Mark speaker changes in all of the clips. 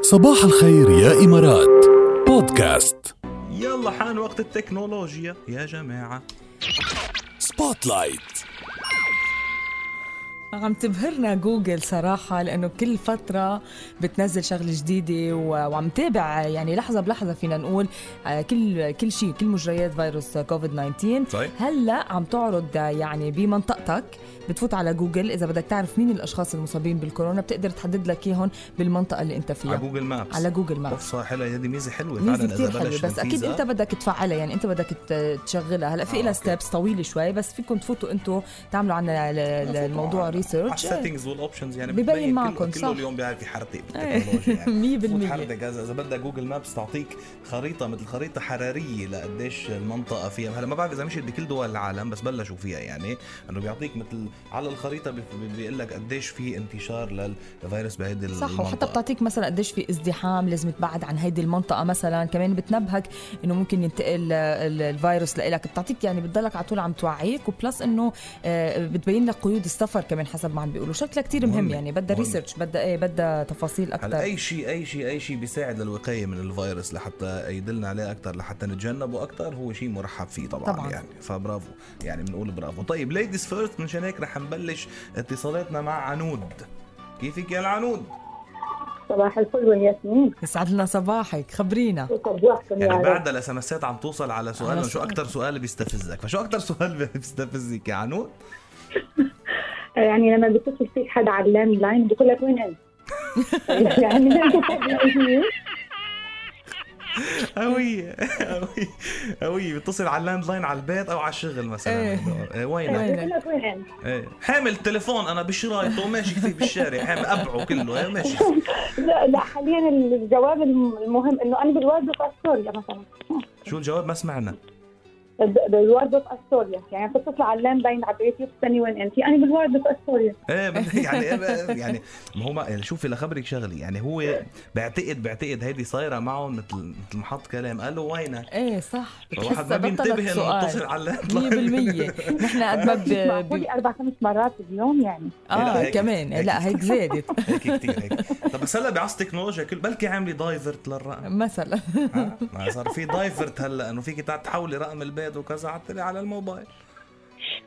Speaker 1: صباح الخير يا إمارات بودكاست
Speaker 2: يلا حان وقت التكنولوجيا يا جماعة
Speaker 1: سبوتلايت
Speaker 3: عم تبهرنا جوجل صراحة لأنه كل فترة بتنزل شغلة جديدة و- وعم تابع يعني لحظة بلحظة فينا نقول آه، كل كل شيء كل مجريات فيروس كوفيد 19
Speaker 2: صحيح.
Speaker 3: هلا عم تعرض يعني بمنطقتك بتفوت على جوجل إذا بدك تعرف مين الأشخاص المصابين بالكورونا بتقدر تحدد لك إياهم بالمنطقة اللي أنت فيها
Speaker 2: على جوجل مابس
Speaker 3: على جوجل
Speaker 2: اوف
Speaker 3: مابس
Speaker 2: صح حلوة هذه ميزة حلوة
Speaker 3: ميزه
Speaker 2: فعلا
Speaker 3: كثير
Speaker 2: إذا
Speaker 3: حلوه
Speaker 2: بلش
Speaker 3: بس اكيد انت
Speaker 2: تنفيذها.
Speaker 3: بدك تفعلها يعني انت بدك ت- تشغلها هلا في
Speaker 2: آه،
Speaker 3: لها
Speaker 2: أوكي.
Speaker 3: ستيبس طويله شوي بس فيكم تفوتوا انتم تعملوا عنا ل- ل- الموضوع
Speaker 2: على
Speaker 3: ريسيرش
Speaker 2: السيتنجز والاوبشنز يعني
Speaker 3: ببين
Speaker 2: بتبين كله-
Speaker 3: معكم،
Speaker 2: كله
Speaker 3: صح. إيه.
Speaker 2: اليوم بيعرف يحرتق بالتكنولوجيا يعني
Speaker 3: مية بالمية.
Speaker 2: حرتق هذا اذا بدك جوجل مابس تعطيك خريطه مثل خريطه حراريه لقديش المنطقه فيها هلا ما بعرف اذا مشيت بكل دول العالم بس بلشوا فيها يعني انه بيعطيك مثل على الخريطه بي- بي- بيقول لك قديش في انتشار للفيروس بهيدي
Speaker 3: صح
Speaker 2: المنطقة.
Speaker 3: وحتى بتعطيك مثلا قديش في ازدحام لازم تبعد عن هيدي المنطقه مثلا كمان بتنبهك انه ممكن ينتقل آه، ال- الفيروس لإلك بتعطيك يعني بتضلك على طول عم توعيك وبلس انه آه، بتبين لك قيود السفر كمان حسب ما عم بيقولوا شكلها كتير مهم
Speaker 2: مهمة،
Speaker 3: يعني بدها
Speaker 2: مهمة.
Speaker 3: ريسيرش بدها ايه بدها تفاصيل
Speaker 2: هلا
Speaker 3: اكثر
Speaker 2: اي شيء اي شيء اي شيء بيساعد للوقايه من الفيروس لحتى يدلنا عليه اكثر لحتى نتجنبه اكثر هو شيء مرحب فيه طبعا,
Speaker 3: طبعاً.
Speaker 2: طبعا. يعني فبرافو يعني بنقول برافو طيب ليديز فيرست مشان هيك رح نبلش اتصالاتنا مع عنود كيفك يا العنود؟
Speaker 4: صباح الفل والياسمين
Speaker 3: يسعد لنا صباحك خبرينا
Speaker 4: وصباحكم يا
Speaker 2: يعني
Speaker 4: رب
Speaker 2: بعد لسمسات عم توصل على
Speaker 3: على
Speaker 2: سؤالنا شو
Speaker 3: سؤال.
Speaker 2: اكثر سؤال بيستفزك فشو اكثر سؤال بيستفزك يا عنود؟
Speaker 4: يعني لما بيتصل فيك حدا على اللاند لاين بيقول لك وين انت؟ يعني
Speaker 2: قوية قوية قوية بيتصل على اللاند لاين على البيت او على الشغل مثلا
Speaker 3: إيه.
Speaker 2: إيه، وينك؟
Speaker 3: وينك؟
Speaker 4: بيقول لك وين انت؟
Speaker 2: ايه حامل تليفون انا بشرايطه ماشي فيه بالشارع حامل ابعه كله ايه ماشي
Speaker 4: لا لا حاليا الجواب الم- المهم انه انا بالوردة استوريا مثلا
Speaker 2: شو الجواب ما سمعنا
Speaker 4: ب- بالوردة استوريا يعني بتتصل على اللاند لاين على بيتي بتستني وين انت؟ انا بالوردة استوريا
Speaker 2: ايه بدك- يعني إيه، يعني ما هو ما شوفي لخبرك شغلي يعني هو بعتقد بعتقد هيدي صايره معه مثل مثل ما حط كلام قال له وينك
Speaker 3: ايه صح
Speaker 2: الواحد
Speaker 3: بتحسها
Speaker 2: ما بينتبه
Speaker 3: بطلت
Speaker 2: انه
Speaker 3: سؤال
Speaker 2: متصل على
Speaker 3: 100% نحن قد ما
Speaker 4: مش
Speaker 3: ب- ب...
Speaker 4: معقولة اربع خمس مرات باليوم يعني
Speaker 2: لا،
Speaker 3: اه
Speaker 2: هيك-
Speaker 3: كمان
Speaker 2: هيك.
Speaker 3: لا هيك زادت
Speaker 2: هيك كثير هيك طب بس هلا بعصر التكنولوجيا كل بلكي عامله دايفرت للرقم
Speaker 3: مثلا
Speaker 2: ها؟ ما صار في دايفرت هلا انه فيك تحولي رقم البيت وكذا عطلي على الموبايل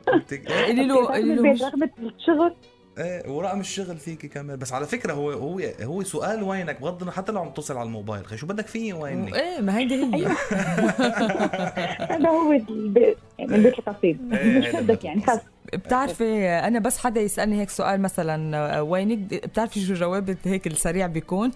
Speaker 2: بدك- إيه،
Speaker 3: قولي له
Speaker 4: رقم
Speaker 3: قولي له
Speaker 4: البيت
Speaker 3: مش-
Speaker 4: رقم الشغل
Speaker 2: ايه ورقم الشغل فيكي كمان بس على فكره هو هو هو سؤال وينك بغض النظر حتى لو عم توصل على الموبايل خي شو بدك فيي ويني
Speaker 3: ايه ما هيدي هي
Speaker 4: هذا هو البيت يعني البيت القصير
Speaker 2: إيه،
Speaker 4: مش
Speaker 2: هذا
Speaker 4: بدك يعني خلص
Speaker 3: بتعرفي انا بس حدا يسالني هيك سؤال مثلا آه، وينك بتعرفي شو جوابي هيك السريع بيكون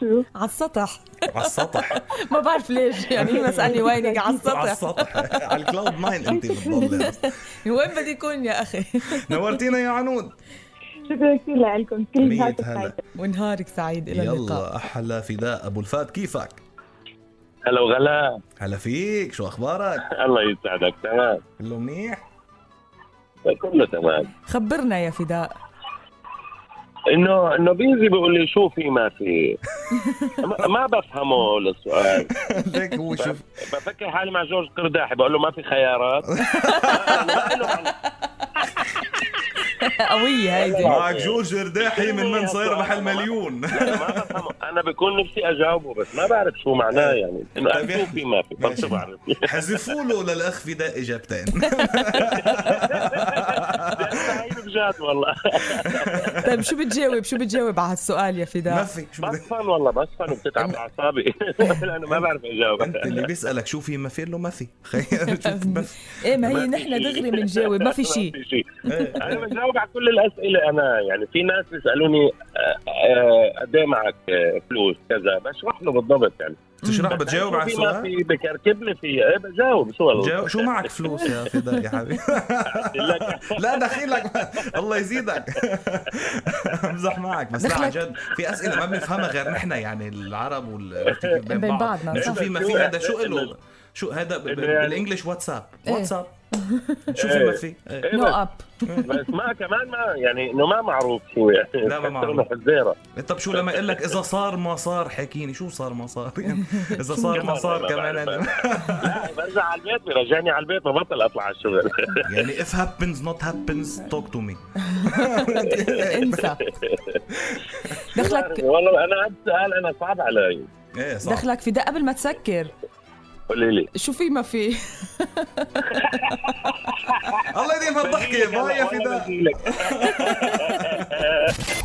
Speaker 4: شو
Speaker 3: على السطح
Speaker 2: على السطح
Speaker 3: ما بعرف ليش يعني مين بسالني وينك على
Speaker 2: على
Speaker 3: السطح
Speaker 2: السطح على الكلاود ناين انت بتضلي
Speaker 3: وين بدي يكون يا اخي
Speaker 2: نورتينا يا عنود
Speaker 4: شكرا كثير لكم كل
Speaker 2: مية
Speaker 4: نهار
Speaker 2: هلا.
Speaker 4: سعيد
Speaker 3: ونهارك سعيد الى اللقاء
Speaker 2: يلا احلى فداء ابو الفات كيفك
Speaker 5: هلا وغلا
Speaker 2: هلا فيك شو اخبارك
Speaker 5: الله يسعدك تمام
Speaker 2: كله منيح
Speaker 5: كله تمام
Speaker 3: خبرنا يا فداء
Speaker 5: انه انه بيجي بيقول لي شو في ما في ما- ما بفهمه السؤال
Speaker 2: ليك هو شوف
Speaker 5: بفكر حالي مع جورج قرداحي بقول له ما في خيارات
Speaker 3: قوية هيدي
Speaker 2: معك جورج رداحي من من صاير محل مليون
Speaker 5: لا ما بفهمه انا بكون نفسي اجاوبه بس ما بعرف شو معناه يعني انه
Speaker 2: طيب،
Speaker 5: شو في ما في بس بعرف
Speaker 2: حذفوا له للاخ فداء اجابتين
Speaker 5: هاي بجد والله
Speaker 3: طيب شو بتجاوب شو بتجاوب على هالسؤال
Speaker 2: ما
Speaker 3: يا فداء
Speaker 2: فيك شو بدك
Speaker 5: بسخن والله بسخن وبتتعب اعصابي انا ما بعرف اجاوب
Speaker 2: انت اللي بيسالك شو في ما في له ما في خير شوف ما في
Speaker 3: ايه ما هي نحن دغري بنجاوب ما في شيء
Speaker 2: إيه.
Speaker 5: انا بجاوب على كل الاسئله انا يعني في ناس بيسالوني آه، آه، قد ايه معك آه، فلوس كذا بشرح له بالضبط يعني
Speaker 2: تشرح بتجاوب على
Speaker 5: شو في ما
Speaker 2: السؤال
Speaker 5: في بكركب لي في ايه بجاوب شو والله
Speaker 2: جاوب شو معك فلوس يا فداء يا حبيبي
Speaker 5: لك
Speaker 2: لا دخيلك الله يزيدك امزح معك بس لا عن جد في اسئله ما بنفهمها غير نحن يعني العرب وال
Speaker 3: بين بعضنا،
Speaker 2: شو
Speaker 3: صح.
Speaker 2: في ما في هذا شو له شو هذا ب- ب-
Speaker 5: إنه يعني-
Speaker 2: بالانجلش واتساب
Speaker 3: إيه.
Speaker 2: واتساب شوف ما في إيه.
Speaker 5: إيه
Speaker 3: نو
Speaker 5: بس-
Speaker 3: اب
Speaker 5: بس ما كمان ما يعني انه ما معروف شو يعني
Speaker 2: لا، ما معروف.
Speaker 5: حتى حزيره
Speaker 2: طب شو لما اقول لك اذا صار ما صار حكيني شو صار ما صار يعني اذا صار ما صار كمان أنا-
Speaker 5: لا برجع على البيت بيرجعني على البيت ببطل اطلع على الشغل
Speaker 2: يعني if happens not happens talk to me
Speaker 3: انسى دخلك
Speaker 5: والله انا هاد السؤال انا صعب علي
Speaker 2: ايه صح
Speaker 3: دخلك في دق قبل ما تسكر
Speaker 5: قولي لي
Speaker 3: شو في ما في
Speaker 2: الله يديم هالضحكه ما يا
Speaker 5: ولا
Speaker 2: فداء
Speaker 5: بدي لك.